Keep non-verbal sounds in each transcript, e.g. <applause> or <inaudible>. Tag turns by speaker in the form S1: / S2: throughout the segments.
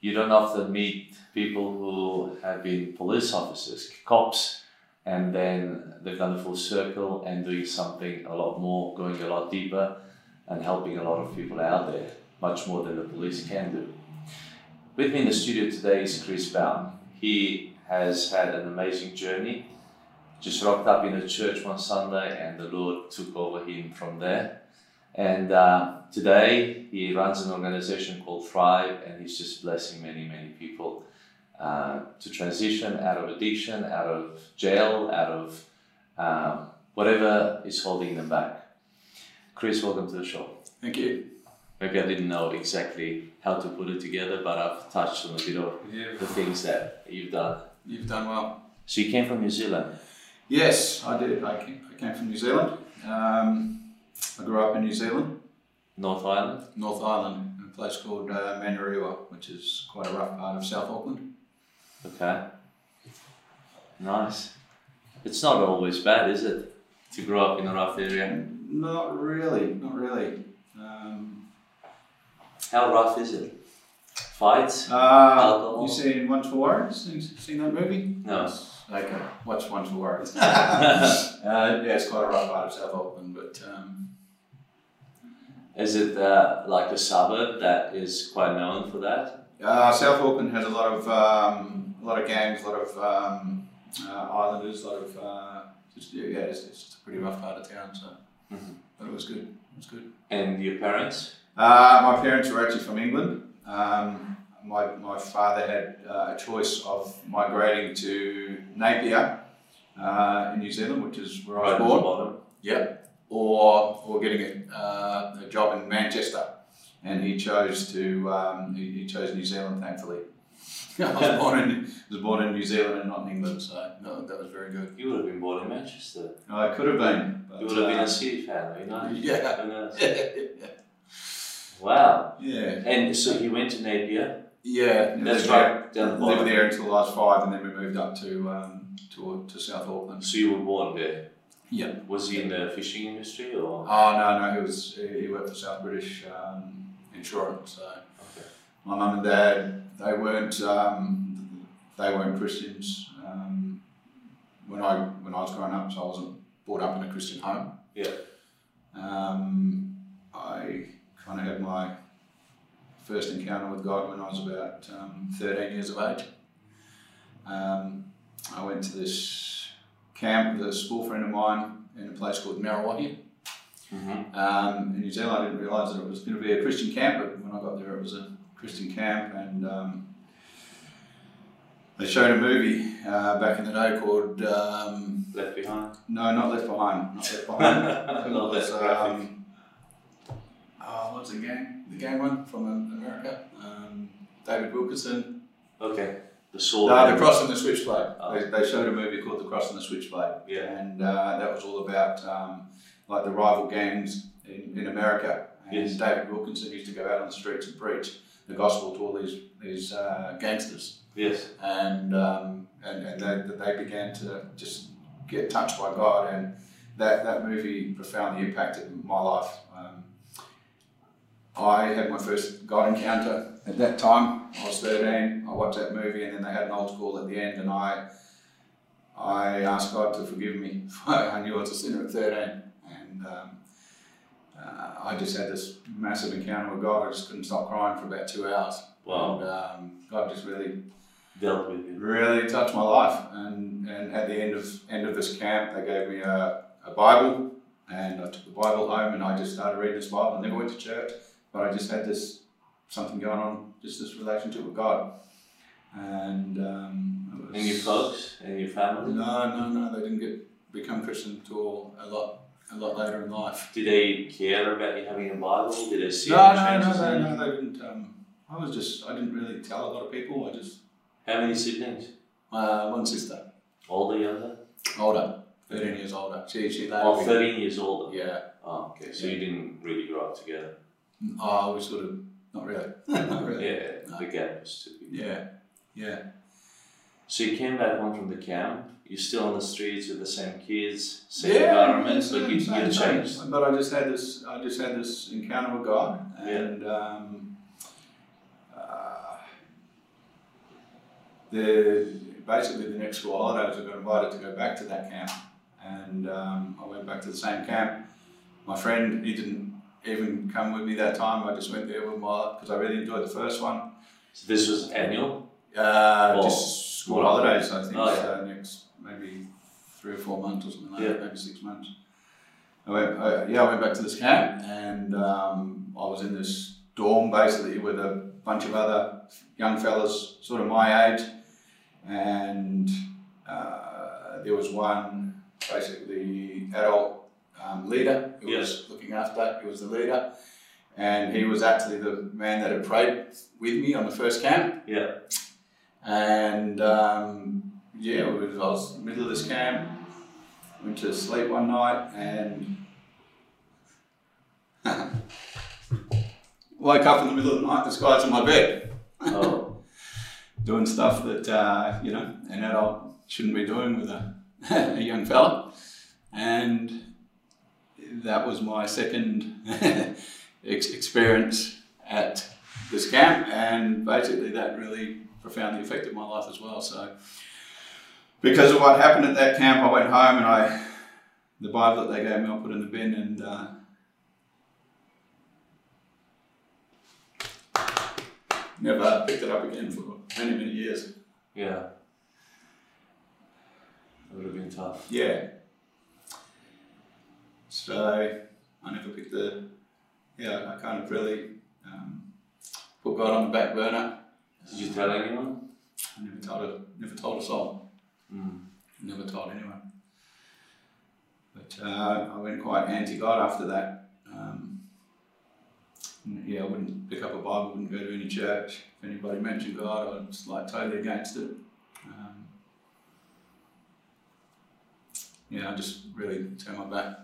S1: You don't often meet people who have been police officers, cops, and then they've done the full circle and doing something a lot more, going a lot deeper, and helping a lot of people out there, much more than the police can do. With me in the studio today is Chris Baum. He has had an amazing journey. Just rocked up in a church one Sunday, and the Lord took over him from there. And uh, today he runs an organization called Thrive, and he's just blessing many, many people uh, to transition out of addiction, out of jail, out of um, whatever is holding them back. Chris, welcome to the show.
S2: Thank you.
S1: Maybe I didn't know exactly how to put it together, but I've touched on a bit of
S2: Yeah.
S1: the things that you've done.
S2: You've done well.
S1: So you came from New Zealand.
S2: Yes, I did. I came, I came from New Zealand. Um, I grew up in New Zealand,
S1: North Island.
S2: North Island, in a place called uh, Manurewa, which is quite a rough part of South Auckland.
S1: Okay. Nice. It's not always bad, is it? To grow up in a rough area.
S2: Not really, not really. Um,
S1: How rough is it? Fights?
S2: uh, you seen Once for Warriors? Seen, seen that movie?
S1: No.
S2: Okay, watch Once for Warriors. <laughs> uh, yeah, it's quite a rough part of South Auckland, but um,
S1: Is it uh, like a suburb that is quite known for that?
S2: uh, South Auckland has a lot of um, a lot of gangs, a lot of um, uh, islanders, a lot of uh, just yeah, yeah, it's, it's just a pretty rough part of town. So,
S1: Mhm.
S2: but it was good. It was good.
S1: And your parents?
S2: Uh, my parents were actually from England. Um, my, my father had uh, a choice of migrating to Napier uh, in New Zealand, which is where I was
S1: at the
S2: born.
S1: bottom.
S2: Yeah, or or getting a, uh, a job in Manchester, and he chose to um, he, he chose New Zealand. Thankfully, <laughs> I was born in was born in New Zealand and not in England, so no, that was very good.
S1: You would have been born in Manchester.
S2: I Oh, could have been. But,
S1: You would have been
S2: uh,
S1: a City fan, you know?
S2: <laughs> Yeah.
S1: Who knows? Wow.
S2: yeah,
S1: And so he went to Napier.
S2: yeah. it
S1: That's
S2: was
S1: right.
S2: great.
S1: Down the
S2: Lived
S1: bottom.
S2: there until I was five, and then we moved up to um, to, to South Auckland.
S1: So you were born there.
S2: Yeah.
S1: Was he in the fishing industry or?
S2: Oh no, no, he was he he worked for South British um, Insurance, so.
S1: Okay.
S2: my mum and dad they weren't um, they weren't Christians um, when I when I was growing up so I wasn't brought up in a Christian home
S1: Yeah.
S2: um, I kind of had my first encounter with God when I was about um, 13 years of age um, I went to this camp with a school friend of mine in a place called Marawahi
S1: hmm
S2: um, in New Zealand, I didn't realise that it was going to be a Christian camp, but when I got there, it was a Christian camp, and um, they showed a movie uh, back in the day called um,
S1: Left behind.
S2: No, not Left Behind,
S1: <laughs>
S2: not Left Behind. It
S1: Not
S2: was,
S1: Left Behind.
S2: um, oh, what was the gang? The gang one from um, America. Um, David Wilkerson.
S1: Okay. The sword.
S2: No,
S1: and-
S2: the Cross and the Switchblade.
S1: Oh.
S2: They, they showed a movie called The Cross and the Switchblade,
S1: Yeah.
S2: and uh, that was all about um, like the rival gangs in, in America. And
S1: Yes.
S2: David Wilkinson used to go out on the streets and preach the gospel to all these these uh, gangsters,
S1: Yes.
S2: and um, and, and they, they began to just get touched by God, and that that movie profoundly impacted my life. Um, I had my first God encounter at that time. I was 13. I watched that movie, and then they had an old call at the end, and I I asked God to forgive me. <laughs> I knew I was a sinner at 13, and um, uh, I just had this massive encounter with God. I just couldn't stop crying for about two hours.
S1: Wow.
S2: And, um, God just really
S1: Dealt with it.
S2: really touched my life. And, and at the end of end of this camp, they gave me a, a Bible, and I took the Bible home and I just started reading this Bible. I never went to church, but I just had this something going on, just this relationship with God. And um, it
S1: And your folks and your family.
S2: No, no, no. They didn't get become Christian until a lot a lot later in life.
S1: Did they care about you having a Bible? Did they see
S2: No,
S1: any
S2: no, no,
S1: changes in
S2: no,
S1: you?
S2: no. They didn't. Um, I was just I didn't really tell a lot of people. I just
S1: How many siblings?
S2: uh, one sister.
S1: Older, younger?
S2: Older, 13 years older. She, she later
S1: Well,
S2: we-
S1: 13 years older.
S2: Yeah,
S1: Oh, okay. So you didn't really grow up together.
S2: oh, we sort of, not really. <laughs> not really.
S1: Yeah, the gap was too big.
S2: Yeah, yeah.
S1: So you came back home from the camp. You're still on the streets with the same kids, same
S2: yeah,
S1: environment,
S2: same-
S1: but you,
S2: same-
S1: you
S2: same.
S1: changed.
S2: But I just had this, I just had this encounter with God, and um, uh, the basically the next four holidays I got invited to go back to that camp, and um, I went back to the same camp. My friend, he didn't even come with me that time. I just went there with my because I really enjoyed the first one.
S1: So this was annual.
S2: Uh,
S1: Or-
S2: just school
S1: or-
S2: holidays, I think.
S1: Oh, yeah.
S2: So next maybe three or four months or something like
S1: Yeah.
S2: that, maybe six months. I went, uh, yeah, I went back to this camp and um, I was in this dorm basically with a bunch of other young fellas, sort of my age, and uh, there was one basically adult um, leader who
S1: Yeah.
S2: was looking after. He was the leader, and he was actually the man that had prayed with me on the first camp <laughs>
S1: Yeah.
S2: and um, yeah, we was, I was in the middle of this camp. Went to sleep one night and <laughs> woke up in the middle of the night. This guy's in my bed
S1: Oh,
S2: doing stuff that uh, you know an adult shouldn't be doing with a, <laughs> a young fella, and that was my second <laughs> ex- experience at this camp, and basically that really profoundly affected my life as well. So, because of what happened at that camp, I went home and I, the Bible that they gave me, I put in the bin and. Uh, Never picked it up again for many, many years.
S1: yeah. It would have been tough.
S2: Yeah. So I never picked the. Yeah, I kind of really um, put God on the back burner.
S1: Did you tell anyone?
S2: I never told a never told a soul.
S1: Mm.
S2: Never told anyone. But uh, I went quite anti-God after that. Um, n- yeah, I wouldn't pick up a Bible, wouldn't go to any church. If anybody mentioned God, I was like totally against it. Um, yeah, I just really turned my back.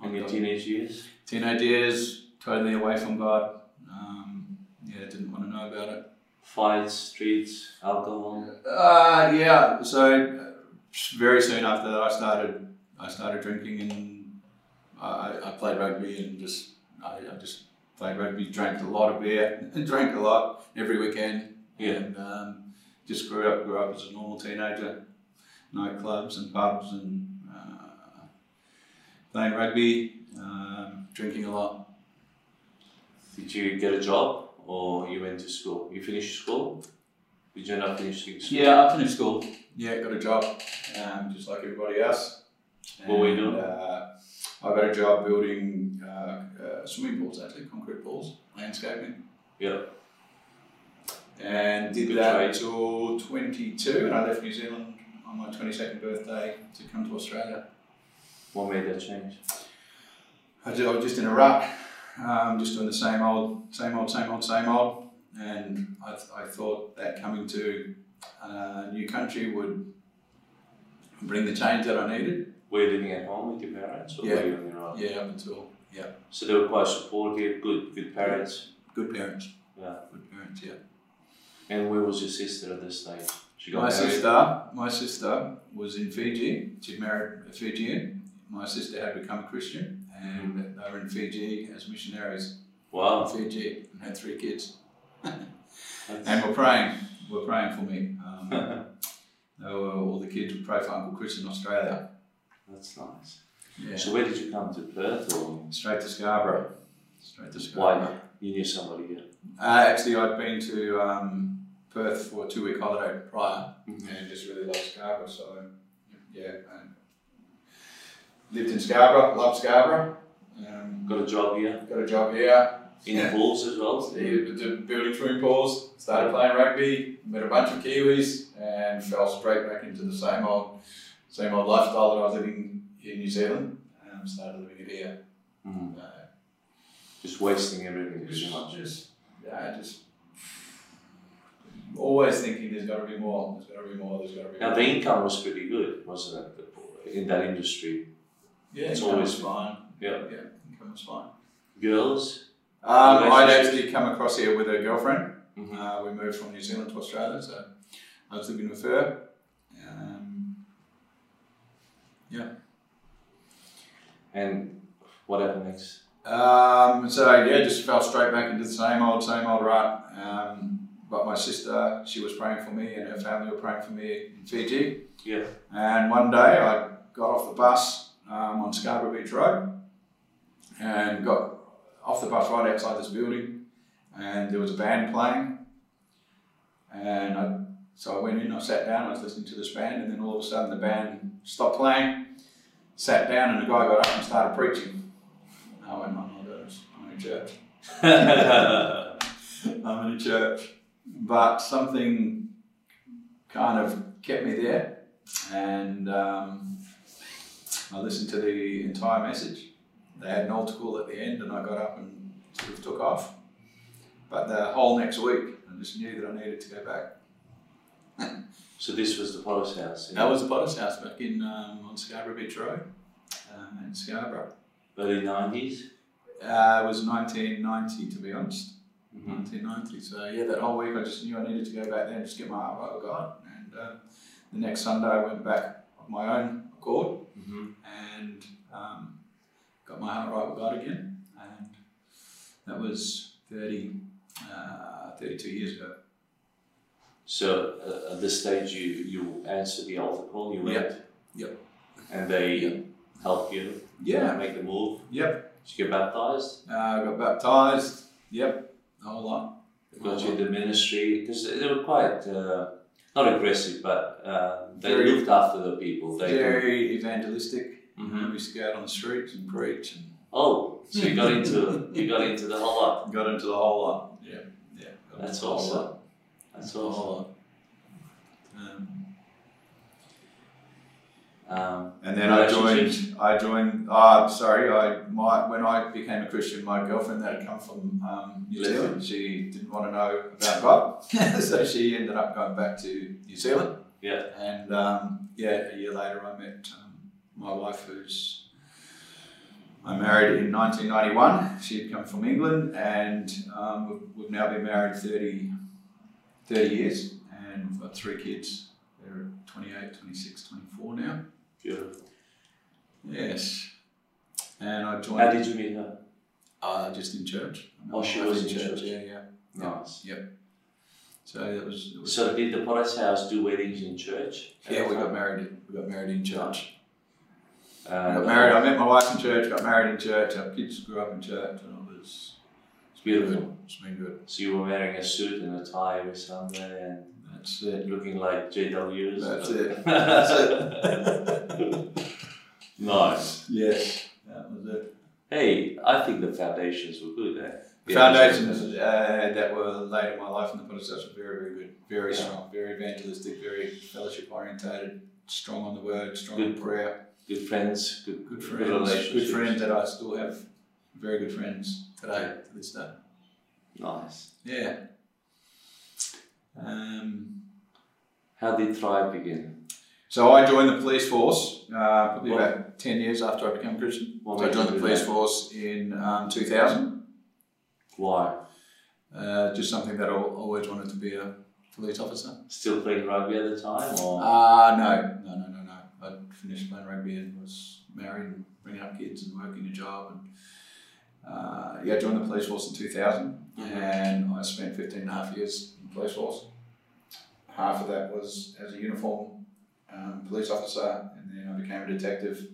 S2: on
S1: In your
S2: God.
S1: teenage years?
S2: Teenage years, totally away from God. Um, yeah, didn't want to know about it.
S1: Fights, streets, alcohol.
S2: Uh, yeah. So uh, very soon after that, I started. I started drinking and I, I- I played rugby and just I, I just played rugby. Drank a lot of beer. <laughs> drank a lot every weekend.
S1: Yeah.
S2: And um, just grew up. Grew up as a normal teenager. Nightclubs and pubs and uh, playing rugby. Um, drinking a lot.
S1: Did you get a job or you went to school? You finished school? Did you not finish school?
S2: I finished school. Yeah, got a job. Um, just like everybody else.
S1: What were you doing?
S2: And, Uh, I got a job building uh, uh, swimming pools, actually, concrete pools, landscaping.
S1: Yeah.
S2: And did
S1: Good
S2: that
S1: trade.
S2: till 22, and I left New Zealand on my 22nd birthday to come to Australia.
S1: What made that change?
S2: I, ju- I was just in a rut, um, just doing the same old, same old, same old, same old. And I, th- I thought that coming to a new country would bring the change that I needed.
S1: Were you living at home with your parents or
S2: Yeah.
S1: were you on your own?
S2: Yeah, up until, yeah,
S1: So they were quite supportive, good, good parents.
S2: good parents,
S1: Yeah.
S2: good parents, yeah.
S1: And where was your sister at this time? She got
S2: My
S1: married.
S2: sister, my sister was in Fiji. She married a Fijian. My sister had become a Christian,
S1: Mm.
S2: and they were in Fiji as missionaries. in
S1: Wow.
S2: Fiji and had three kids, and
S1: That's-
S2: were praying. Were praying for
S1: <laughs>
S2: me. Um, they were, all the kids would pray for Uncle Chris in Australia.
S1: That's nice.
S2: Yeah.
S1: So where did you come to Perth or
S2: Straight to Scarborough. Straight to Scarborough.
S1: why you knew somebody here?
S2: Uh, actually, I'd been to um, Perth for a two-week holiday prior, and just really loved Scarborough. So yeah, and lived in Scarborough, loved Scarborough. Um,
S1: Got a job here
S2: got a job here.
S1: in
S2: Yeah.
S1: pools as well.
S2: Did- did Building swimming pools, started playing rugby, met a bunch of Kiwis, and fell straight back into the same old, same old lifestyle that I was living in New Zealand. Um, started living it here.
S1: Mm.
S2: Uh,
S1: Just wasting everything pretty much.
S2: just, yeah, just
S3: always thinking there's got to be more, there's got to be more, there's got to be
S1: Now
S3: more.
S1: the income was pretty good, wasn't it? In that industry,
S3: yeah,
S1: it's
S3: income
S1: always-
S3: was fine.
S1: yeah.
S3: Yeah, income was fine.
S1: Girls,
S2: Um, I'd actually come across here with a girlfriend.
S1: Mhm.
S2: Uh, we moved from New Zealand to Australia, so I was living with her. Um, yeah.
S1: and what happened next?
S2: Um, so yeah, just fell straight back into the same old, same old rut. Um, but my sister, she was praying for me, and her family were praying for me in Fiji.
S1: Yeah.
S2: And one day I got off the bus um, on Scarborough Beach Road and got off the bus right outside this building. And there was a band playing. And I, so I went in, I sat down, I was listening to this band. And then all of a sudden the band stopped playing, sat down, and the guy got up and started preaching. I went, oh my goodness, I'm in church. I'm in a church. But something kind of kept me there, and um, I listened to the entire message. They had an altar call at the end, and I got up and sort of took off. But the whole next week, I just knew that I needed to go back.
S1: <laughs> so this was the Potter's house. yeah?
S2: That was the Potter's house back in um, on Scarborough Beach Road um, in Scarborough.
S1: early nineties.
S2: Uh, it was 1990, to be honest. Mm-hmm. 1990. So yeah, that whole week I just knew I needed to go back there and just get my heart right with God. And uh, the next Sunday I went back of my own accord
S1: Mm-hmm.
S2: and um, got my heart right with God again. And that was 30, uh, 32 years ago.
S1: So uh, at this stage, you you answered the altar call. You went.
S2: Yep.
S1: And they helped you.
S2: Yeah.
S1: Make the move.
S2: Yep.
S1: Did you get baptized?
S2: Uh, I got baptized. Yep. The whole lot.
S1: Got you into ministry because they were quite uh, not aggressive, but uh, they
S2: Very-
S1: looked after the people. They
S2: Very evangelistic.
S1: Mhm.
S2: We used to go out on the streets and preach and
S1: Oh, so you got into you got into the whole lot.
S2: got into the whole lot. Yeah. Yeah. got into
S1: That's
S2: the whole lot.
S1: awesome. That's awesome.
S2: Um,
S1: Um,
S2: and then I
S1: Relationships?
S2: joined. I joined. Ah, sorry. I my when I became a Christian, my girlfriend that had come from um, New
S1: Listen.
S2: Zealand, she didn't want to know about God, <laughs> so she ended up going back to New Zealand.
S1: yeah.
S2: And um, yeah, a year later, I met um, my wife, who's I married in 1991. She had come from England, and um, we've, we've now been married 30, 30 years, and we've got three kids. They're 28, 26, 24 now.
S1: Beautiful.
S2: Yes. And I joined.
S1: How did you meet her?
S2: Uh, just in church.
S1: Oh, she
S2: I
S1: was in church.
S2: Yeah, yeah.
S1: Nice.
S2: Yep. So that was. It was
S1: So did the Potter's house do weddings in church?
S2: yeah, we got married. We got married in church. I
S1: Uh,
S2: got married. I met my wife in church. Got married in church. Our kids grew up in church, and it was.
S1: It's
S2: Good.
S1: beautiful.
S2: It's been good.
S1: So you were wearing a suit and a tie with somewhere and
S2: That's it.
S1: looking like JWs.
S2: That's
S1: <laughs>
S2: it.
S1: That's it. nice.
S2: Yes. That was it.
S1: Hey, I think the foundations were good eh? there.
S2: The foundations uh, that were laid in my life in the Buddhist church were very, very good. Very
S1: Yeah.
S2: strong. Very evangelistic. Very fellowship orientated. Strong on the word. Strong on
S1: Good.
S2: prayer.
S1: Good friends, good,
S2: good friends, good
S1: relationships.
S2: friends that I still have very good friends today to this day.
S1: Nice.
S2: Yeah. Um,
S1: How did Thrive begin?
S2: so I joined the police force uh, probably about ten years after I became a Christian.
S1: What
S2: so I
S1: made
S2: joined
S1: you
S2: the
S1: do
S2: police
S1: that?
S2: force in um, two thousand.
S1: Why?
S2: Uh, just something that I al- always wanted to be a police officer.
S1: Still playing rugby at the time, or
S2: Ah, no, no, no, no, no. I finished playing rugby and was married and bringing up kids and working a job. And uh, yeah, I joined the police force in 2000
S1: Mhm.
S2: and I spent 15 and a half years in the police force. Half of that was as a uniform um, police officer, and then I became a detective.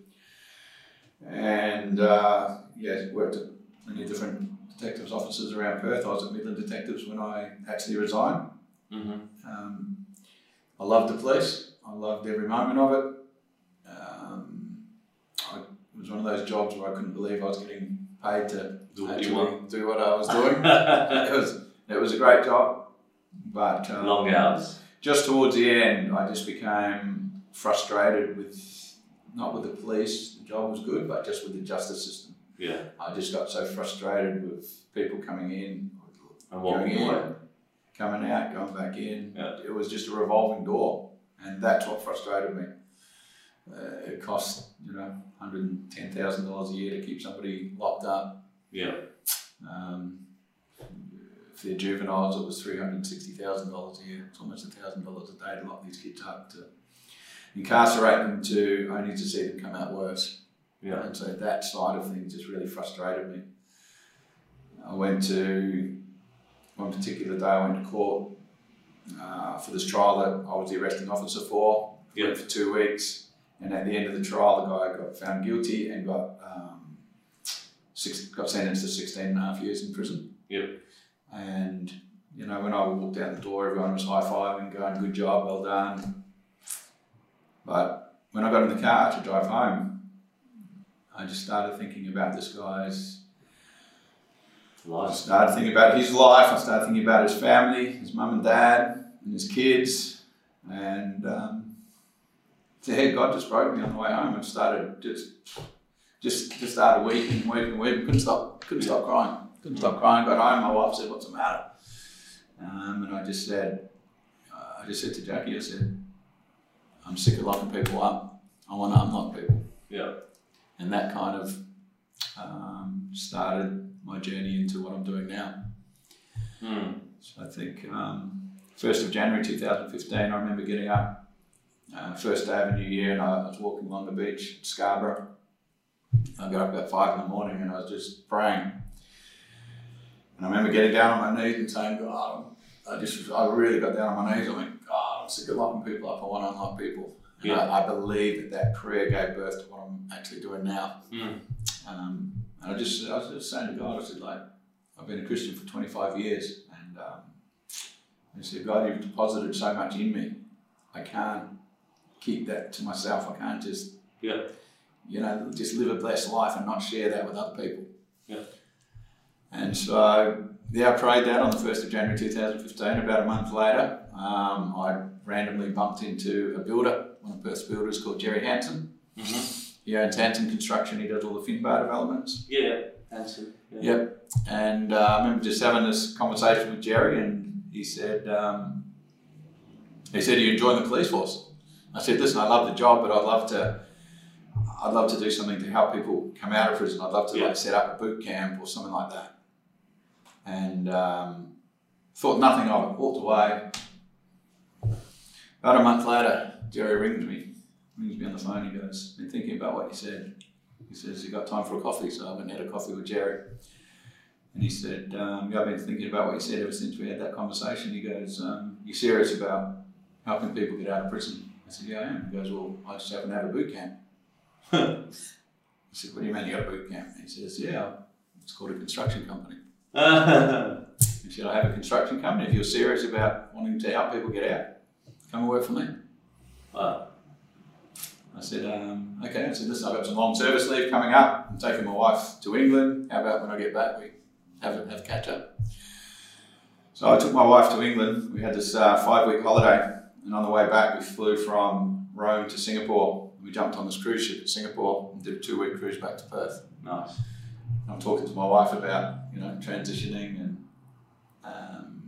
S2: And uh, yeah, worked at many different detectives offices around Perth. I was at Midland Detectives when I actually resigned.
S1: Mhm.
S2: Um, I loved the police. I loved every moment of it. Um, I, it was one of those jobs where I couldn't believe I was getting paid to
S1: do what you
S2: actually
S1: want?
S2: do what I was doing. <laughs> it was it was a great job, but
S1: <laughs>
S2: um,
S1: Long hours.
S2: just towards the end, I just became frustrated with not with the police. The job was good, but just with the justice system.
S1: Yeah,
S2: I just got so frustrated with people coming in,
S1: and
S2: going
S1: walking
S2: in,
S1: away.
S2: coming out, going back in.
S1: Yeah.
S2: It was just a revolving door, and that's what frustrated me. Uh, it costs you know hundred and ten thousand dollars a year to keep somebody locked up.
S1: Yeah.
S2: Um, for their juveniles, it was three hundred and sixty thousand dollars a year. It's almost thousand dollars a day to lock these kids up to incarcerate them to only to see them come out worse.
S1: Yeah.
S2: And so that side of things just really frustrated me. I went to one particular day. I went to court uh, for this trial that I was the arresting officer for.
S1: Yeah.
S2: Went for two weeks, and at the end of the trial, the guy got found guilty and got um, six, got sentenced to 16 and a half years in prison.
S1: Yeah.
S2: And you know, when I walked out the door, everyone was high fiving, going, "Good job, well done." But when I got in the car to drive home, I just started thinking about this guy's. I
S1: Life.
S2: started thinking about his life. I started thinking about his family, his mum and dad, and his kids. And um, yeah, God just broke me on the way home and started just, just, just started weeping, weeping, weeping. Couldn't stop, couldn't stop crying. Couldn't stop crying. Got home. My wife said, "What's the matter?" Um, and I just said, uh, I just said to Jackie, I said, "I'm sick of locking people up. I want to unlock people."
S1: Yeah.
S2: and that kind of um, started my journey into what I'm doing now.
S1: Hmm.
S2: So I think um, first of January 2015, I remember getting up uh, first day of a new year, and I was walking along the beach, at Scarborough. I got up at five in the morning, and I was just praying. And I remember getting down on my knees and saying, "God, I just, I really got down on my knees. I went, God, I'm sick of locking people up. I want to unlock people." And
S1: Yeah.
S2: I, I believe that that prayer gave birth to what I'm actually doing now.
S1: Hmm.
S2: Um, and I just, I was just saying to God, I said, like, I've been a Christian for 25 years, and um, I said, God, you've deposited so much in me. I can't keep that to myself. I can't just,
S1: Yeah.
S2: you know, just live a blessed life and not share that with other people.
S1: Yeah.
S2: And so, yeah, I prayed that on the 1st of January 2015. About a month later, um, I randomly bumped into a builder, one of Perth's builders called Jerry Hanson.
S1: Mhm.
S2: He owns Hanson Construction. He does all the Finbar developments.
S1: Yeah. Handsome. Yeah.
S2: Yep. And uh, I remember just having this conversation with Jerry, and he said, um, he said, "Are you enjoying the police force?" I said, "Listen, I love the job, but I'd love to, I'd love to do something to help people come out of prison. I'd love to
S1: Yeah.
S2: like set up a boot camp or something like that." And um, thought nothing of it. Walked away. About a month later, Jerry rings me, rings me on the phone. He goes, "Been thinking about what you said." He says, "You got time for a coffee?" So I went and had a coffee with Jerry. And he said, um, yeah, I've been thinking about what you said ever since we had that conversation. He goes, um, you serious about helping people get out of prison? I said, yeah, I am. He goes, well, I just happen to have a boot camp. <laughs> I said, what do you mean you got a boot camp? He says, yeah, it's called a construction company. He said, I have a construction company. If you're serious about wanting to help people get out, come and work for me.
S1: <laughs> wow.
S2: I said, um, okay. I said, listen, I've got some long service leave coming up. I'm taking my wife to England. How about when I get back, we have a, have a catch up? So I took my wife to England. We had this uh, five week holiday. And on the way back, we flew from Rome to Singapore. We jumped on this cruise ship at Singapore and did a two week cruise back to Perth.
S1: Nice.
S2: I'm talking to my wife about you know transitioning and um,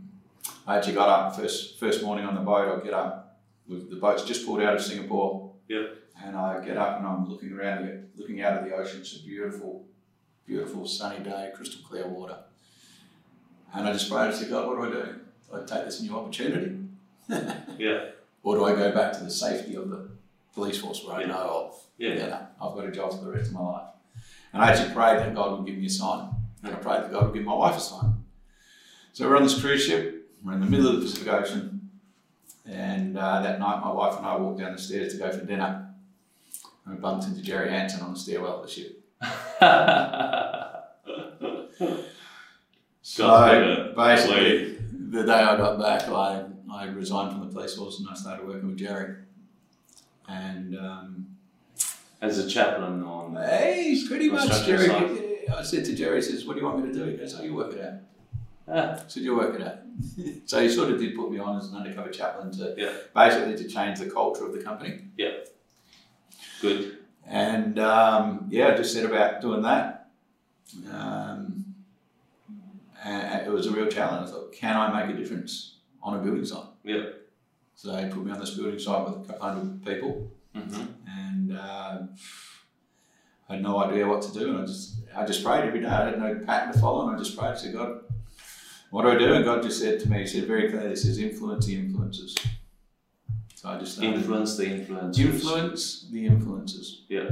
S2: I actually got up first first morning on the boat. I get up, with the boat's just pulled out of Singapore.
S1: Yep.
S2: And I get up and I'm looking around, the- looking out of the ocean. It's a beautiful, beautiful sunny day, crystal clear water. And I just prayed. I said, God, what do I do? Do I take this new opportunity,
S1: Yeah.
S2: or do I go back to the safety of the police force where I
S1: Yeah.
S2: know of?
S1: Yeah.
S2: yeah, no, I've got a job for the rest of my life. And I actually prayed that God would give me a sign. And I prayed that God would give my wife a sign. So we're on this cruise ship, we're in the middle of the Pacific Ocean. And uh, that night, my wife and I walked down the stairs to go for dinner. And we bumped into Jerry Hanson on the stairwell of the ship. So
S1: Got better.
S2: basically, the day I got back, I, I resigned from the police force and I started working with Jerry. And um,
S1: As a chaplain on.
S2: Hey, pretty much,
S1: Construction
S2: Jerry. I said to Jerry, he says, "What do you want me to do?" He goes, "Oh, you work it out."
S1: Ah,
S2: I said, "You work it out." <laughs> so he sort of did put me on as an undercover chaplain to
S1: Yeah.
S2: basically to change the culture of the company.
S1: good.
S2: And um, yeah, I just set about doing that. Um, and it was a real challenge. I thought, can I make a difference? on a building site.
S1: Yeah.
S2: So he put me on this building site with a couple hundred people,
S1: Mm-hmm.
S2: and uh, I had no idea what to do, and I just I just prayed every day. I had no pattern to follow, and I just prayed. I said, God, what do I do? And God just said to me, He said very clearly, He says, influence the influences. So I just started-
S1: Influence the influence.
S2: influence the influences.
S1: Yeah.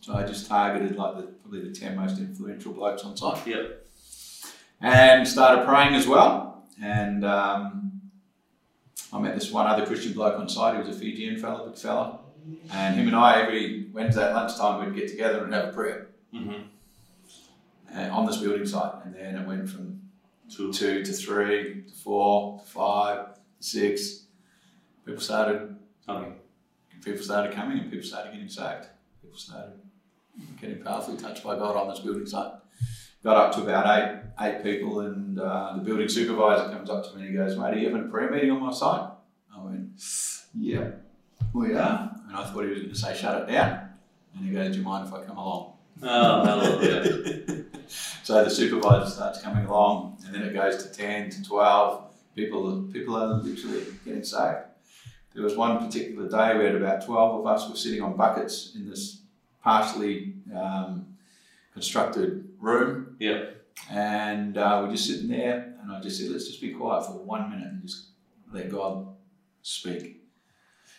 S2: So I just targeted like the probably the ten most influential blokes on site
S1: Yeah.
S2: and started praying as well. And um, I met this one other Christian bloke on site. He was a Fijian fella, big fella. And him and I, every Wednesday at lunchtime, we'd get together and have a prayer
S1: Mm-hmm.
S2: uh, on this building site. And then it went from
S1: Two.
S2: two to three to four to five to six. People started,
S1: Okay.
S2: people started coming, and people started getting saved. People started getting powerfully touched by God on this building site. Got up to about eight eight people, and uh, the building supervisor comes up to me and he goes, "Mate, are you having a prayer meeting on my site?" I went, "Yeah, we are." And I thought he was going to say, "Shut it down." And he goes, "Do you mind if I come along?"
S1: Oh, hello. Yeah.
S2: so the supervisor starts coming along, and then it goes to ten to twelve. People, people are literally getting saved. There was one particular day we had about twelve of us were sitting on buckets in this partially um, constructed room,
S1: Yeah.
S2: and uh, we're just sitting there. And I just said, "Let's just be quiet for one minute and just let God speak."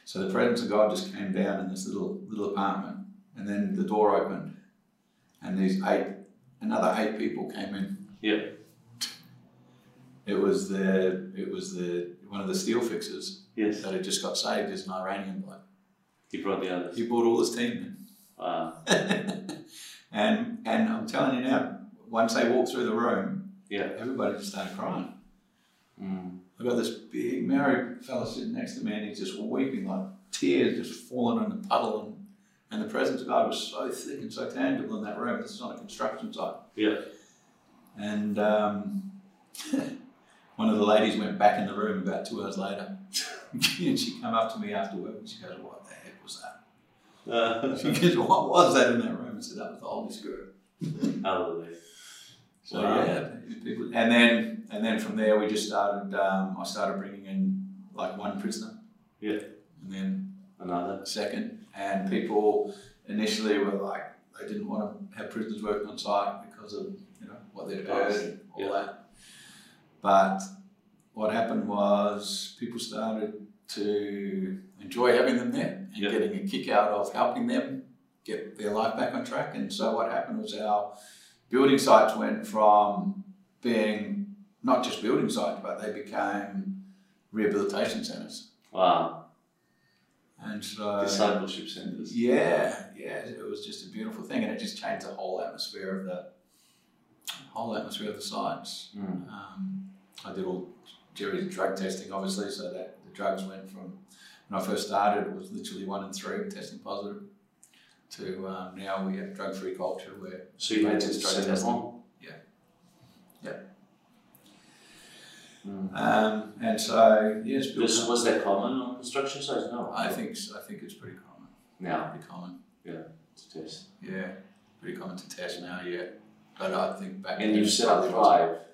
S2: So the presence of God just came down in this little little apartment, and then the door opened, and these eight another eight people came in.
S1: Yeah.
S2: It was the it was the one of the steel fixers
S1: Yes.
S2: that had just got saved as an Iranian bloke.
S1: He brought the others. Ah,
S2: He brought all his team
S1: Wow.
S2: in. <laughs> and and I'm telling you now, once they walked through the room,
S1: Yeah.
S2: everybody just started crying.
S1: Mm.
S2: I got this big married fella sitting next to me and he's just weeping like tears just falling in the puddle and, and the presence of God was so thick and so tangible in that room. This is on a construction site.
S1: Yeah.
S2: And um, <laughs> one of the ladies went back in the room about two hours later. <laughs> and she came up to me after work and she goes, What the heck was that? <laughs>
S1: Uh,
S2: She goes, What was that in that room? I said, That was the Holy Spirit.
S1: <laughs> hallelujah.
S2: So
S1: Wow.
S2: yeah, people, and then and then from there we just started. Um, I started bringing in like one prisoner.
S1: Yeah.
S2: And then
S1: Another.
S2: a second, and people initially were like they didn't want to have prisoners working on site because of you know what they'd heard and all
S1: Yeah.
S2: that. But what happened was people started to enjoy having them there and
S1: Yeah.
S2: getting a kick out of helping them get their life back on track. And so what happened was our building sites went from being not just building sites, but they became rehabilitation centres.
S1: Wow.
S2: And
S1: Uh,
S2: so
S1: Discipleship centers.
S2: yeah, yeah, it was just a beautiful thing, and it just changed the whole atmosphere of the whole atmosphere of the sites.
S1: Mm.
S2: Um, I did all Jerry's drug testing, obviously, so that the drugs went from when I first started, it was literally one in three testing positive. To um, now we have drug-free culture where
S1: So you had to
S2: Just
S1: send them
S2: testing.
S1: home.
S2: Yeah. Yeah.
S1: Mm.
S2: um, and so yes, built
S1: This
S2: up.
S1: was that common on construction sites? No.
S2: I think s- I think it's pretty common,
S1: now
S2: pretty common,
S1: to test.
S2: yeah, pretty common to test now, yeah. But I think back
S1: And
S2: then
S1: you
S2: it
S1: set up
S2: probably wasn't.
S1: five.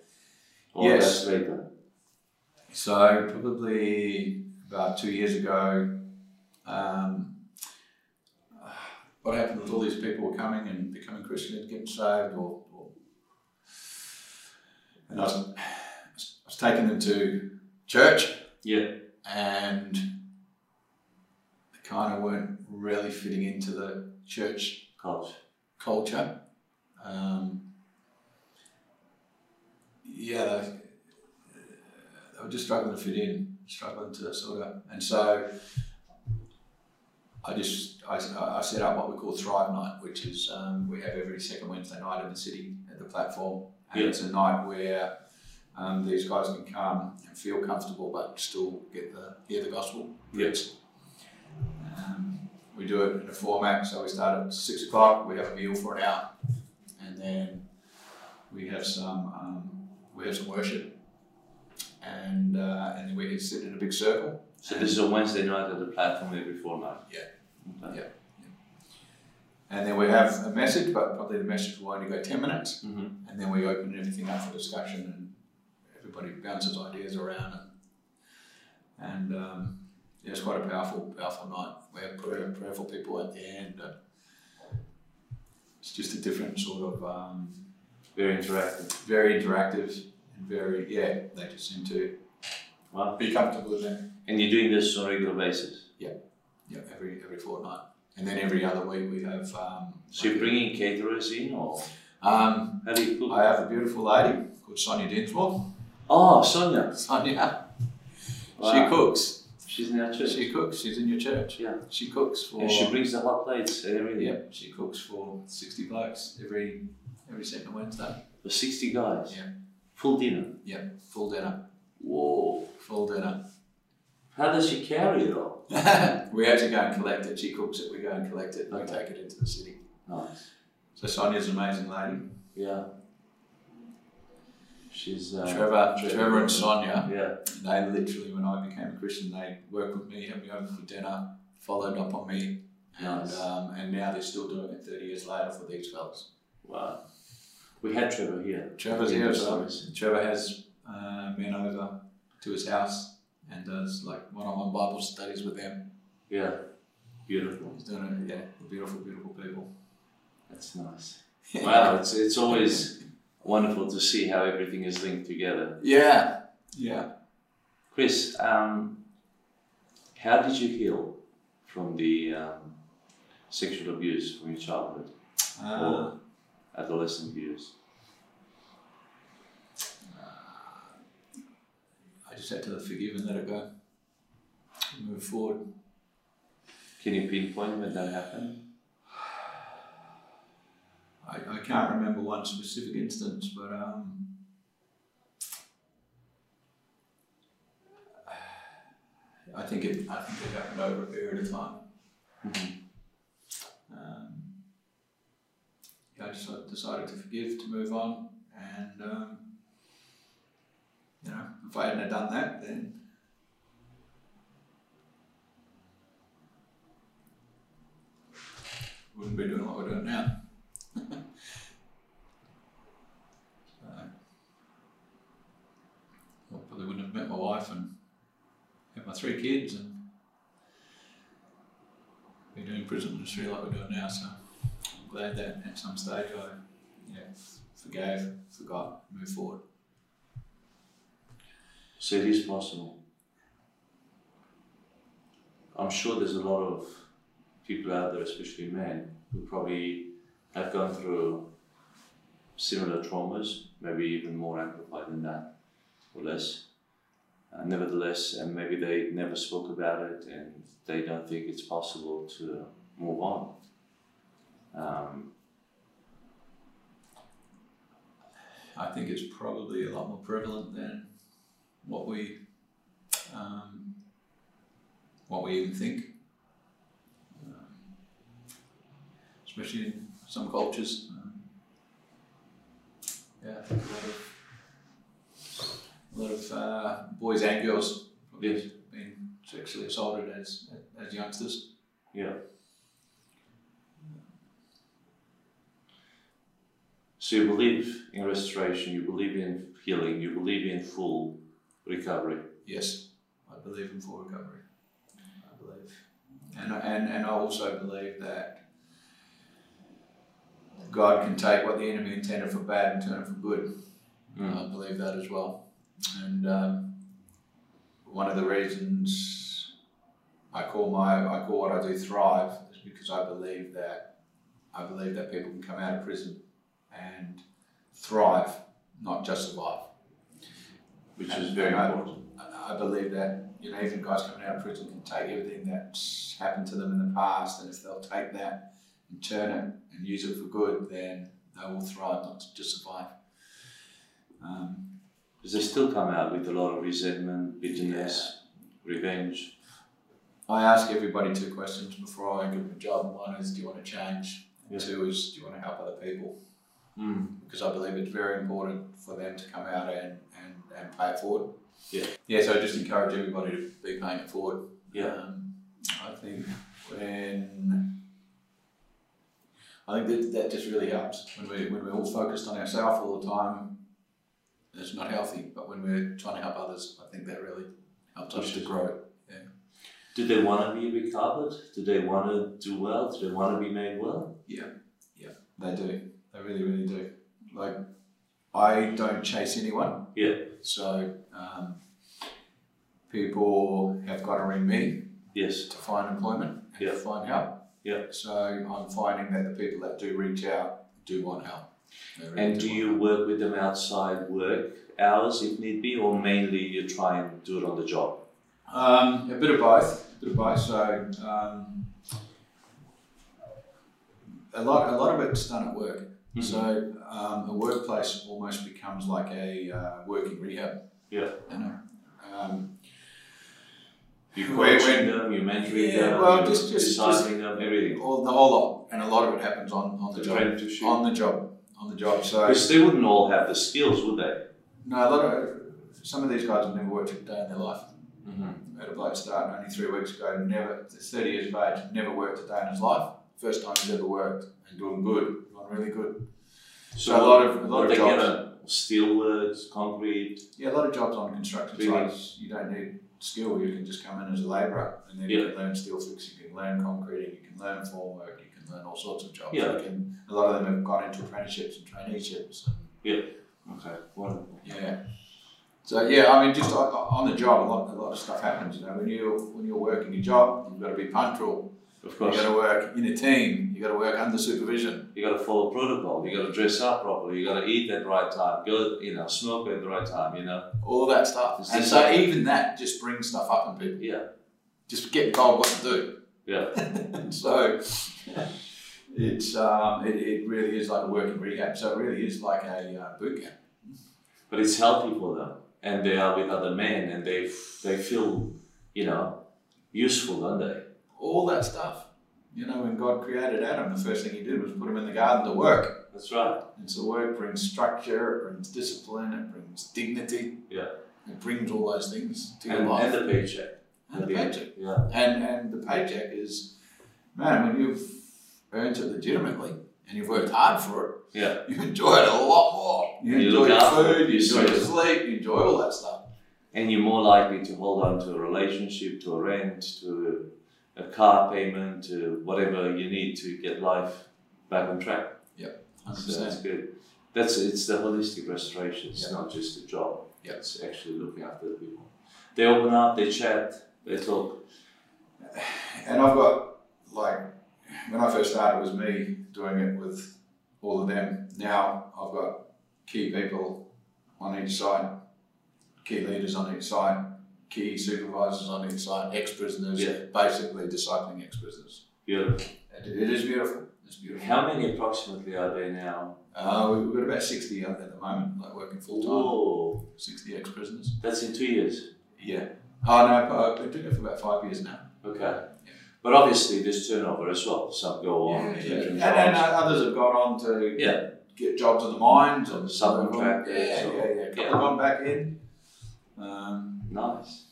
S1: Or
S2: Yes.
S1: That's later.
S2: So probably about two years ago, um, what happened was all these people were coming and becoming Christian and getting saved, or, or and I was, I was taking them to church,
S1: Yeah.
S2: and they kind of weren't really fitting into the church
S1: College.
S2: culture. Um, yeah, they, they were just struggling to fit in, struggling to sort of, and so I just I, I set up what we call Thrive Night, which is um, we have every second Wednesday night in the city at the platform, and
S1: Yeah.
S2: it's a night where um, these guys can come and feel comfortable, but still get the hear the gospel.
S1: Yeah.
S2: Um, we do it in a format, so we start at six o'clock, we have a meal for an hour, and then we have some um, we have some worship, and uh, and then we sit in a big circle.
S1: So this is a Wednesday night at the platform every fortnight.
S2: Yeah.
S1: Okay.
S2: And then we have a message, but probably the message will only go ten minutes,
S1: Mhm.
S2: and then we open everything up for discussion, and everybody bounces ideas around, and And um, yeah, it's quite a powerful, powerful night. We have prayer, prayerful people at the end. uh, It's just a different sort of um,
S1: Very interactive.
S2: very interactive and very yeah. They just seem to
S1: Wow.
S2: be comfortable in there.
S1: And you're doing this on a regular basis.
S2: Yeah, every every fortnight, and then every other week we have. Um,
S1: So you're
S2: like-
S1: bringing caterers in, or
S2: Um,
S1: how do you cook?
S2: I have a beautiful lady called Sonia Dinsmore. <laughs>
S1: Oh, Sonia.
S2: Sonia,
S1: Wow.
S2: she cooks.
S1: She's in our church.
S2: She cooks. She's in your church.
S1: yeah.
S2: She cooks for.
S1: And she brings the hot plates and everything.
S2: yeah, she cooks for sixty blokes every every second Wednesday.
S1: For 60 guys.
S2: Yeah.
S1: Full dinner.
S2: Yeah, full dinner,
S1: Whoa.
S2: full dinner. <laughs>
S1: How does she carry it all?
S2: we have to go and collect it. She cooks it. We go and collect it. and We take it into the city.
S1: Nice.
S2: So Sonia's an amazing lady.
S1: Yeah. She's. Uh,
S2: Trevor, Trevor and Sonia,
S1: Yeah.
S2: they literally, when I became a Christian, they worked with me, had me over for dinner, followed up on me, and
S1: Nice.
S2: um, and now they're still doing it 30 years later for these fellas.
S1: Wow. We had Trevor here.
S2: Trevor's
S1: In
S2: here
S1: the
S2: as well.
S1: service.
S2: Trevor has uh, men over to his house and does like one-on-one Bible studies with them.
S1: Yeah. Beautiful.
S2: He's doing it, yeah, beautiful, beautiful people. <laughs>
S1: That's nice. Wow, it's, it's always wonderful to see how everything is linked together.
S2: Yeah, yeah.
S1: Chris, um, how did you heal from the um, sexual abuse from your childhood
S2: Uh,
S1: or adolescent abuse?
S2: Uh, I just had to forgive and let it go. Move forward.
S1: Can you pinpoint when that happened?
S2: I, I can't remember one specific instance, but um, I think it I think it happened over a period of time. Um, yeah, I just sort of decided to forgive, to move on, and um, you know, if I hadn't have done that, then wouldn't be doing what we're doing now. I probably wouldn't have met my wife and had my three kids and been doing prison ministry like we're doing now. So I'm glad that at some stage I yeah, forgave, forgot, moved forward.
S1: So it is possible. I'm sure there's a lot of people out there, especially men, who probably have gone through similar traumas, maybe even more amplified than that, or less. Uh, nevertheless, and maybe they never spoke about it and they don't think it's possible to move on. Um,
S2: I think it's probably a lot more prevalent than what we um, what we even think, um, especially in some cultures. Um, yeah, I think a lot of a lot of uh, boys and girls probably
S1: Yes.
S2: been sexually assaulted as as youngsters.
S1: Yeah. So you believe in restoration, you believe in healing, you believe in full recovery.
S2: Yes, I believe in full recovery. I believe, and and and I also believe that God can take what the enemy intended for bad and turn it for good. I believe that as well, and um, one of the reasons I call my I call what I do thrive is because I believe that I believe that people can come out of prison and thrive, not just survive.
S1: Which
S2: And-
S1: is very
S2: and I-
S1: important.
S2: I I believe that you know even guys coming out of prison can take everything that's happened to them in the past, and if they'll take that and turn it and use it for good, then they will thrive, not just survive. Um,
S1: Because they still come out with a lot of resentment, bitterness, revenge.
S2: I ask everybody two questions before I give them a job. One is, do you want to change? And
S1: Yeah.
S2: Two is, do you want to help other people?
S1: Mm.
S2: Because I believe it's very important for them to come out and and, and pay it forward.
S1: Yeah.
S2: Yeah. So I just encourage everybody to be paying it forward.
S1: Yeah.
S2: Um, I think when I think that, that just really helps when we when we're all focused on ourselves all the time. It's not healthy, but when we're trying to help others, I think that really
S3: helped us to grow. Yeah.
S1: Do they want to be recovered? Do they want to do well? Do they want to be made well?
S3: Yeah. Yeah.
S2: They do. They really, really do. Like, I don't chase anyone.
S1: Yeah.
S2: So, um, people have got to ring me
S1: Yes.
S2: to find employment and
S1: Yeah.
S2: to find help.
S1: Yeah.
S2: So, I'm finding that the people that do reach out do want help. They really
S1: And do
S2: want
S1: you
S2: help.
S1: work with them outside work hours if need be, or mainly you try and do it on the job?
S2: Um, a bit of both, a bit of both. So um, a lot, a lot of it's done at work.
S1: Mm-hmm.
S2: So um, a workplace almost becomes like a uh, working rehab.
S1: Yeah.
S2: You know. Um,
S1: You're
S2: Where-
S1: coaching
S2: when-
S1: them, you're mentoring
S2: Yeah,
S1: them,
S2: well,
S1: you're
S2: just- just-
S1: discipling them, everything.
S2: all, the whole lot, and a lot of it happens on, on the job,
S1: Apprenticeship.
S2: on the job, on the job. So
S1: Because they wouldn't all have the skills, would they?
S2: no, a lot of some of these guys have never worked a day in their life.
S1: Mm-hmm.
S2: Had a bloke start only three weeks ago. Never, thirty years of age, never worked a day in his life. First time he's ever worked, and doing good, doing really good.
S1: So,
S2: a lot of- a lot
S1: what
S2: of
S1: they
S2: jobs.
S1: get a steelworks, concrete.
S2: Yeah, a lot of jobs on construction
S1: Big
S2: sites, you don't need skill. You can just come in as a labourer and then you
S1: Yeah.
S2: can learn steel fixing, you can learn concreting, you can learn formwork, you can learn all sorts of jobs.
S1: Yeah.
S2: You can, a lot of them have gone into apprenticeships and traineeships. And,
S1: Okay, wonderful.
S2: yeah. So yeah, I mean, just on, on the job, a lot, a lot of stuff happens. You know, when you when you're working your job, you've got to be punctual.
S1: Of
S2: You've
S1: course,
S2: got to work in a team. You've got to work under supervision.
S1: you got to follow protocol. You got to dress up properly. You got to eat at the right time. Go, you know, smoke at the right time. You know,
S2: All that stuff.
S1: It's
S2: And
S1: just-
S2: so even that just brings stuff up in people.
S1: yeah,
S2: Just get told what to do. <laughs>
S1: yeah.
S2: so it's um, it, it really is like a working rehab. So it really is like a uh, boot camp.
S1: But it's healthy for them, and they are with other men, and they f- they feel, you know, useful, don't they?
S2: All that stuff. You know, when God created Adam, the first thing He did was put him in the garden to work.
S1: That's right.
S2: And so work brings structure, it brings discipline, it brings dignity.
S1: Yeah.
S2: It brings all those things to your
S1: And,
S2: life.
S1: and the paycheck.
S2: And the
S1: Yeah.
S2: paycheck.
S1: Yeah.
S2: And and the paycheck is, man, when you've earned it legitimately and you've worked hard for it,
S1: Yeah.
S2: you enjoy it a lot more. You,
S1: You
S2: enjoy
S1: look
S2: your
S1: after
S2: food, you enjoy your
S1: yourself.
S2: sleep, you enjoy all that stuff.
S1: and you're more likely to hold on to a relationship, to a rent, to a car payment, to whatever you need to get life back on track. So that's
S2: 100%.
S1: good. That's it's the holistic restoration. It's
S2: Yeah.
S1: not just a job.
S2: Yeah.
S1: It's actually looking after the people. They open up, they chat, they talk.
S2: And I've got, like, when I first started, it was me doing it with all of them. Now I've got key people on each side, key leaders on each side, key supervisors on each side, ex prisoners,
S1: Yeah.
S2: basically discipling ex prisoners.
S1: Beautiful.
S2: It, it is beautiful. It's beautiful.
S1: How many approximately are there now?
S2: Uh, we- we've got about 60 at at the moment, like working full
S1: Oh,
S2: time, 60 ex prisoners.
S1: that's in two years.
S2: Yeah. Oh no, I've been doing it for about five years now.
S1: Okay. But obviously there's turnover as well. Some go on.
S2: And,
S1: different
S2: and
S1: jobs.
S2: uh, others have gone on to
S1: Yeah.
S2: get jobs in the mines and
S1: Subcontractors
S2: Yeah,
S1: or-
S2: yeah, yeah. A couple
S1: yeah.
S2: have gone back in. Um,
S1: Nice.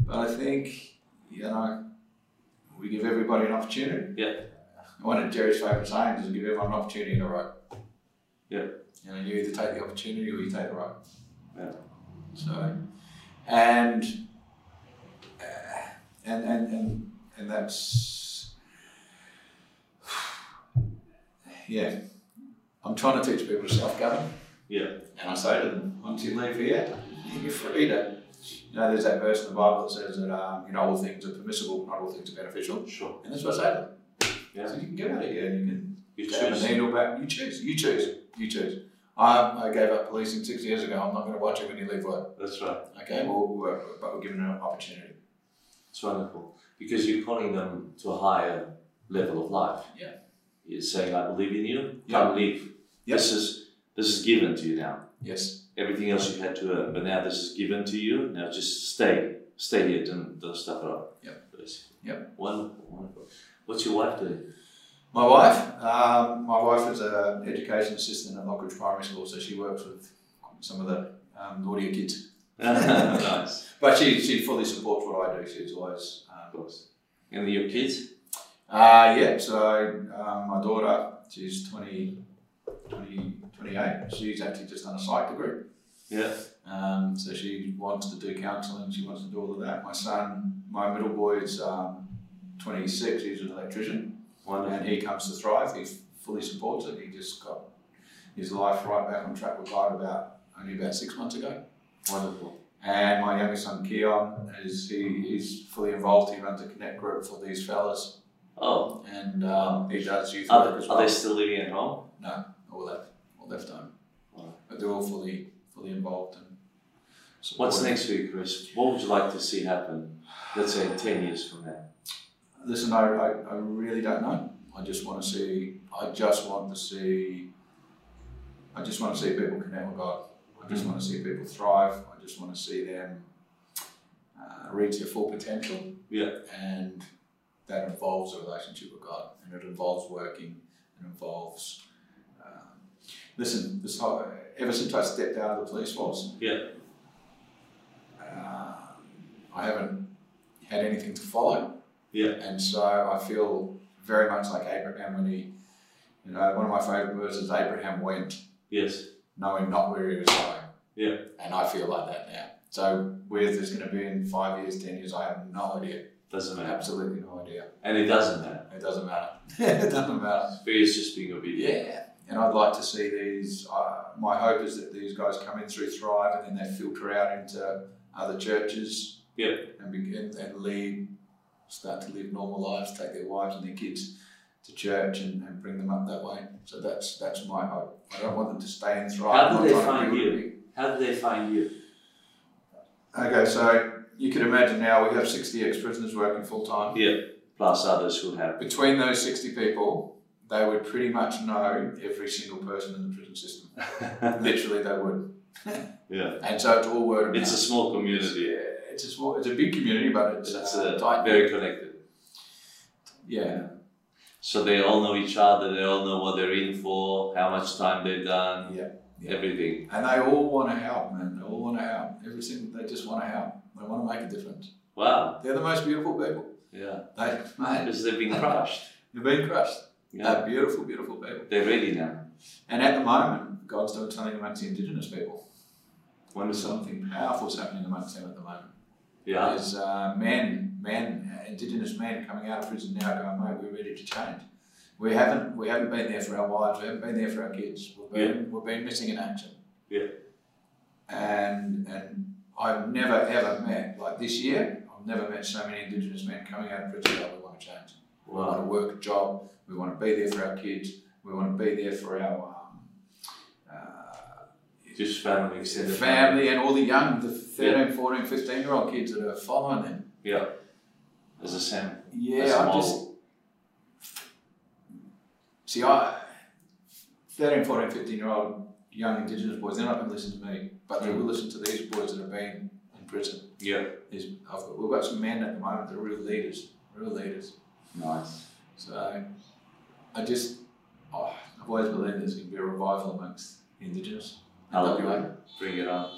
S2: but I think you know we give everybody an opportunity.
S1: Yeah.
S2: One of Jerry's favourite sayings is give everyone an opportunity to right.
S1: Yeah.
S2: You know, you either take the opportunity or you take the right.
S1: Yeah.
S2: So, and uh, and and and and that's yeah. I'm trying to teach people to self-govern,
S1: Yeah.
S2: and I say to them, once you leave here, you're free to. You know, there's that verse in the Bible that says that um, you know all things are permissible, not all things are beneficial,
S1: Sure.
S2: and that's what I say to them.
S1: Yeah.
S2: So you can get out of here, and you can
S1: You
S2: grab a
S1: choose.
S2: needle back. You choose. You choose. You choose. I, I gave up policing six years ago. I'm not going to watch it when you leave work.
S1: That's right.
S2: Okay, well, we're, but we're given an opportunity.
S1: It's wonderful because you're calling them to a higher level of life.
S2: Yeah.
S1: You're saying, "I believe in you.
S2: Yeah.
S1: Come live.
S2: Yeah.
S1: This is this is given to you now.
S2: Yes.
S1: Everything else you had to earn, but now this is given to you. Now just stay, stay here. Don't don't stuff it up."
S2: Yeah.
S1: Basically.
S2: Yeah.
S1: Wonderful, wonderful. What's your wife
S2: <laughs>
S1: doing? <laughs>
S2: My wife, um, my wife is an education assistant at Lockridge Primary School, so she works with some of the um, naughtier kids.
S1: nice.
S2: But she, she fully supports what I do. She's always, um,
S1: And your kids?
S2: uh, yeah, so um, my daughter, she's 20, 20, 28. She's actually just done a psych degree.
S1: Yeah.
S2: Um, so she wants to do counselling. She wants to do all of that. My son, my middle boy, is um, 26. He's an electrician, and
S1: Wonderful.
S2: he comes to Thrive. He f- fully supports it. He just got his life right back on track with God about only about six months ago.
S1: Wonderful.
S2: And my youngest son Keon is he, he's fully involved. He runs a connect group for these fellas,
S1: Oh,
S2: and um, he does youth
S1: are,
S2: work as
S1: they-
S2: well.
S1: are they still living at home?
S2: No, all left, all left home.
S1: Wow.
S2: But they're all fully, fully involved and.
S1: What's
S2: supportive.
S1: next for you, Chris? What would you like to see happen? Let's say in ten years from now.
S2: Listen, I, I, I really don't know. I just want to see. I just want to see. I just want to see people connect with God. I just want to see people thrive. I just want to see them uh, reach their full potential.
S1: Yeah.
S2: and that involves a relationship with God, and it involves working, it involves. Um, listen, this whole, ever since I stepped out of the police force,
S1: Yeah.
S2: um, I haven't had anything to follow,
S1: Yeah.
S2: and so I feel very much like Abraham when he, you know, one of my favorite verses, Abraham went,
S1: Yes.
S2: knowing not where he was going.
S1: Yeah.
S2: And I feel like that now. So where this is going to be in five years, ten years, I have no idea.
S1: Doesn't matter.
S2: Absolutely no idea.
S1: And it doesn't matter.
S2: It doesn't matter. <laughs> it doesn't matter.
S1: For you, it's just being obedient.
S2: Yeah. And I'd like to see these. Uh, my hope is that these guys come in through Thrive and then they filter out into other churches.
S1: Yeah.
S2: And begin and lead, start to live normal lives, take their wives and their kids to church and, and bring them up that way. So that's that's my hope. I don't want them to stay in Thrive.
S1: How do
S2: I'm not
S1: they
S2: trying to
S1: find
S2: build
S1: you?
S2: anything.
S1: How do they find you?
S2: Okay, so you can imagine now we have 60 ex prisoners working full time.
S1: Yeah. Plus others who have.
S2: between those 60 people, they would pretty much know every single person in the
S1: <laughs>
S2: prison system. Literally, they would.
S1: <laughs> yeah.
S2: And so it's all word of
S1: It's a
S2: mouth.
S1: small community.
S2: yeah, it's a small, it's a big community, but it's,
S1: It's
S2: uh,
S1: uh,
S2: tight.
S1: very connected.
S2: Yeah,
S1: So they all know each other, they all know what they're in for, how much time they've done,
S2: yeah, yeah.
S1: everything.
S2: And they all want to help, man. They all want to help. Every single, they just want to help. They want to make a difference.
S1: Wow.
S2: They're the most beautiful people.
S1: Yeah.
S2: They, mate,
S1: Because they've been crushed.
S2: they've been crushed.
S1: Yeah.
S2: They're beautiful, beautiful people.
S1: They're ready now.
S2: And at the moment, God's doing something amongst the Indigenous people.
S1: Wonderful.
S2: Something powerful is happening amongst them at the moment.
S1: Yeah.
S2: There's uh, men, men, uh, indigenous men coming out of prison now going, mate, we're ready to change. We haven't, we haven't been there for our wives. We haven't been there for our kids. We've been, we've been missing in action.
S1: Yeah.
S2: And and I've never ever met like this year. I've never met so many indigenous men coming out of prison. Going, we want to change. We want
S1: Wow.
S2: to work a job. We want to be there for our kids. We want to be there for our um, uh,
S1: Just family,
S2: their
S1: extended
S2: uh, family and all the young, the 13, 14, 15 year old kids that are following them.
S1: Yeah. As a Sam. as a
S2: Yeah, I just
S1: model.
S2: see. I 13, 14, 15 year old young Indigenous boys. They're not going to listen to me, but
S1: Hmm.
S2: they will listen to these boys that have been in prison.
S1: Yeah.
S2: These, I've got, we've got some men at the moment that are real leaders, real leaders.
S1: Nice.
S2: So I just, oh, I've always believed there's going to be a revival amongst the Indigenous.
S1: I love
S2: WA.
S1: you. Bring it on.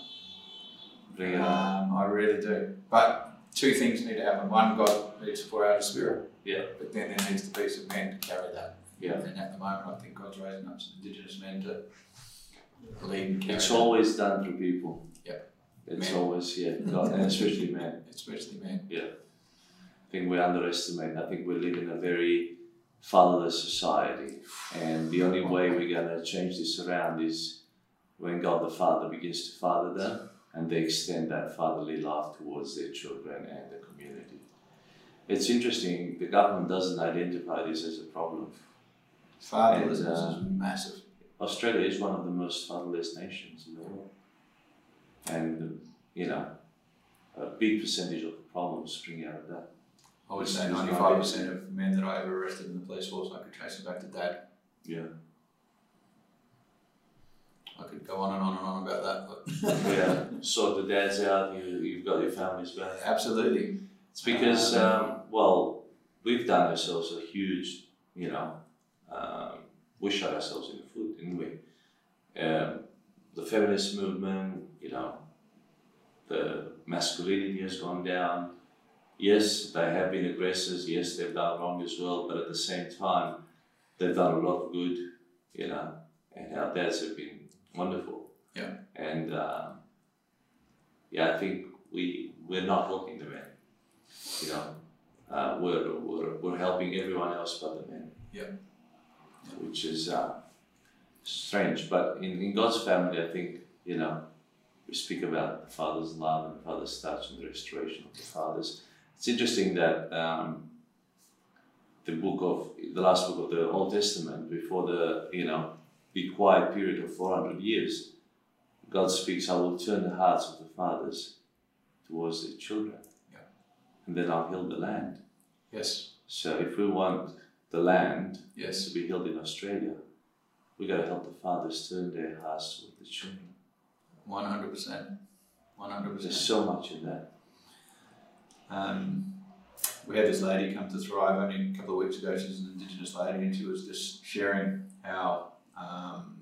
S1: Bring it on.
S2: Um, I really do. But two things need to happen. One, God needs to pour out His Spirit.
S1: Yeah.
S2: But then there needs to be some men to carry that.
S1: Yeah.
S2: And at the moment, I think God's raising up some Indigenous men to lead and carry
S1: It's
S2: that,
S1: always done through people.
S2: Yeah.
S1: It's
S2: Men.
S1: always, yeah, God, and especially men.
S2: especially men.
S1: I think we underestimate. I think we live in a very fatherless society, and the only way we're gonna change this around is when God the Father begins to father them, and they extend that fatherly love towards their children and the community. It's interesting. The government doesn't identify this as a problem.
S2: Fatherlessness
S1: uh,
S2: is massive.
S1: Australia is one of the most fatherless nations in the world, and you know, a big percentage of the problems spring out of that.
S2: I would
S1: it's-
S2: say
S1: it's not
S2: 95% of men that I ever arrested in the police force, I could trace them back to dad.
S1: Yeah.
S2: I could go on and on and on about that. But
S1: yeah, sort the dads out. You, you've got your families back.
S2: <laughs> Absolutely.
S1: It's because, um, well, we've done ourselves a huge, you know, um, we shot ourselves in the foot, didn't we? Um, the feminist movement, you know, the masculinity has gone down. Yes, they have been aggressors. Yes, they've done wrong as well. But at the same time, they've done a lot of good, you know, and our dads have been wonderful.
S2: Yeah.
S1: And um, yeah, I think we we're not helping the men. You know, uh, we're, we're we're helping everyone else but the men.
S2: Yeah.
S1: Which is uh, strange, but in, in God's family, I think you know, we speak about the father's love and the father's touch and the restoration of the fathers. It's interesting that um, the book of the last book of the Old Testament, before the you know the quiet period of four hundred years, God speaks, "I will turn the hearts of the fathers towards their children,
S2: Yeah.
S1: and then I'll heal the land."
S2: Yes.
S1: So if we want the land to
S2: Yes.
S1: be healed in Australia, we got to help the fathers turn their hearts towards the children.
S2: One hundred percent. One hundred
S1: There's
S2: percent.
S1: so much in that.
S2: Um, we had this lady come to Thrive only a couple of weeks ago. She's an Indigenous lady, and she was just sharing how um,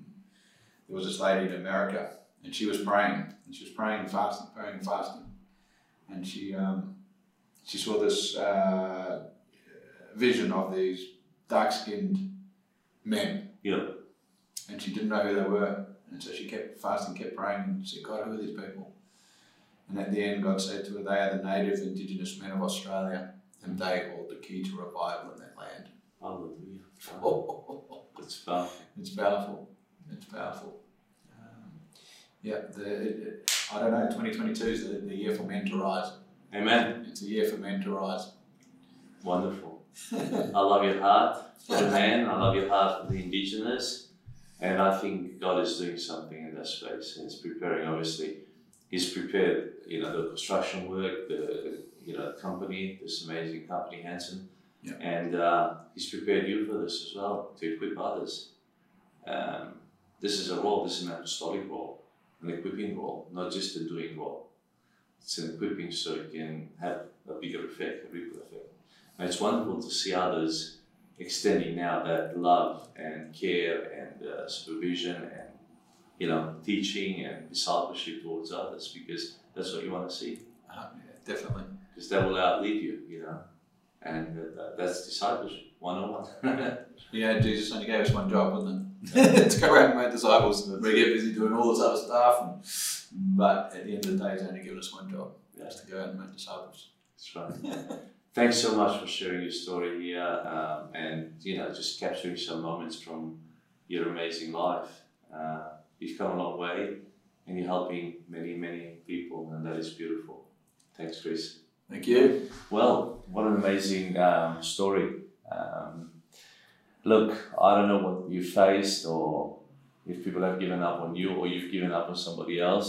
S2: there was this lady in America, and she was praying, and she was praying and fasting, praying and fasting, and she um, she saw this uh, vision of these dark-skinned men
S1: Yeah.
S2: and she didn't know who they were. And so she kept fasting, kept praying, and said, God, who are these people? And at the end, God said to her, They are the native indigenous men of Australia, and they hold the key to revival in that land. <laughs>
S1: Hallelujah. Wow.
S2: Oh,
S1: That's powerful.
S2: it's powerful. It's powerful. Um, yeah, the, it, it- I don't know, 2022 is the, the year for men to rise.
S1: Amen.
S2: It's a year for men to rise.
S1: Wonderful. I love your heart for the man. I love your heart for the indigenous. And I think God is doing something in that space. He's preparing, obviously. He's prepared, you know, the construction work, the, you know, company, this amazing company, Hanson.
S2: Yeah.
S1: And uh, he's prepared you for this as well, to equip others. Um, this is a role, this is an apostolic role, an equipping role, not just a doing role. It's an equipping so it can have a bigger effect, a ripple effect. And it's wonderful to see others extending now that love and care and uh, supervision and you know teaching and discipleship towards others because that's what you want to see
S2: Uh, yeah, definitely.
S1: because that will outlive you you know and uh, that- that's discipleship 101
S2: Yeah, Jesus only gave us one job, wasn't it? <laughs> to go out and make disciples. We get busy doing all this other stuff, and, but at the end of the day, he's only given us one job,
S1: <laughs> Yeah.
S2: just to go out and make disciples.
S1: that's right thanks so much for sharing your story here um, and you know just capturing some moments from your amazing life uh, you've come a long way and you're helping many many people and that is beautiful thanks chris
S2: Thank you.
S1: Well, what an amazing um, story. Um, look, I don't know what you faced or if people have given up on you or you've given up on somebody else.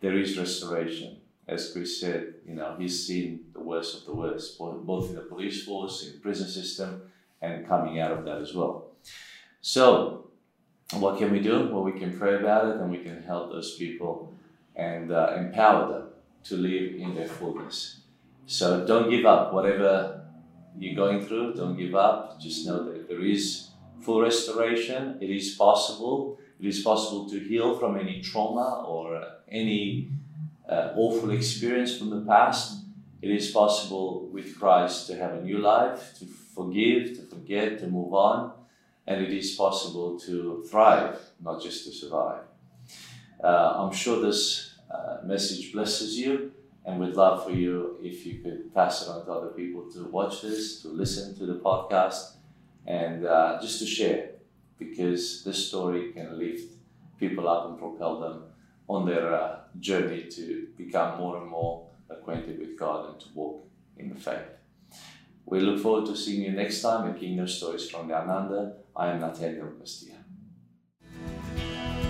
S1: There is restoration. As Chris said, you know, he's seen the worst of the worst, bo- both in the police force, in the prison system, and coming out of that as well. So, what can we do? Well, we can pray about it and we can help those people and uh, empower them to live in their fullness. So don't give up. Whatever you're going through, don't give up. Just know that there is full restoration. It is possible. It is possible to heal from any trauma or uh, any uh, awful experience from the past. It is possible with Christ to have a new life, to forgive, to forget, to move on. And it is possible to thrive, not just to survive. Uh, I'm sure this uh, message blesses you and we'd love for you if you could pass it on to other people to watch this, to listen to the podcast, and uh, just to share because this story can lift people up and propel them on their uh, journey to become more and more acquainted with God and to walk in the faith. We look forward to seeing you next time at Kingdom Stories from the Ananda. I am Nathaniel Castilla.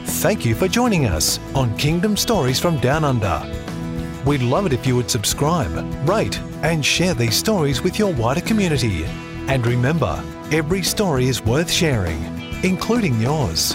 S4: Thank you for joining us on Kingdom Stories from Down Under. We'd love it if you would subscribe, rate, and share these stories with your wider community. And remember, every story is worth sharing, including yours.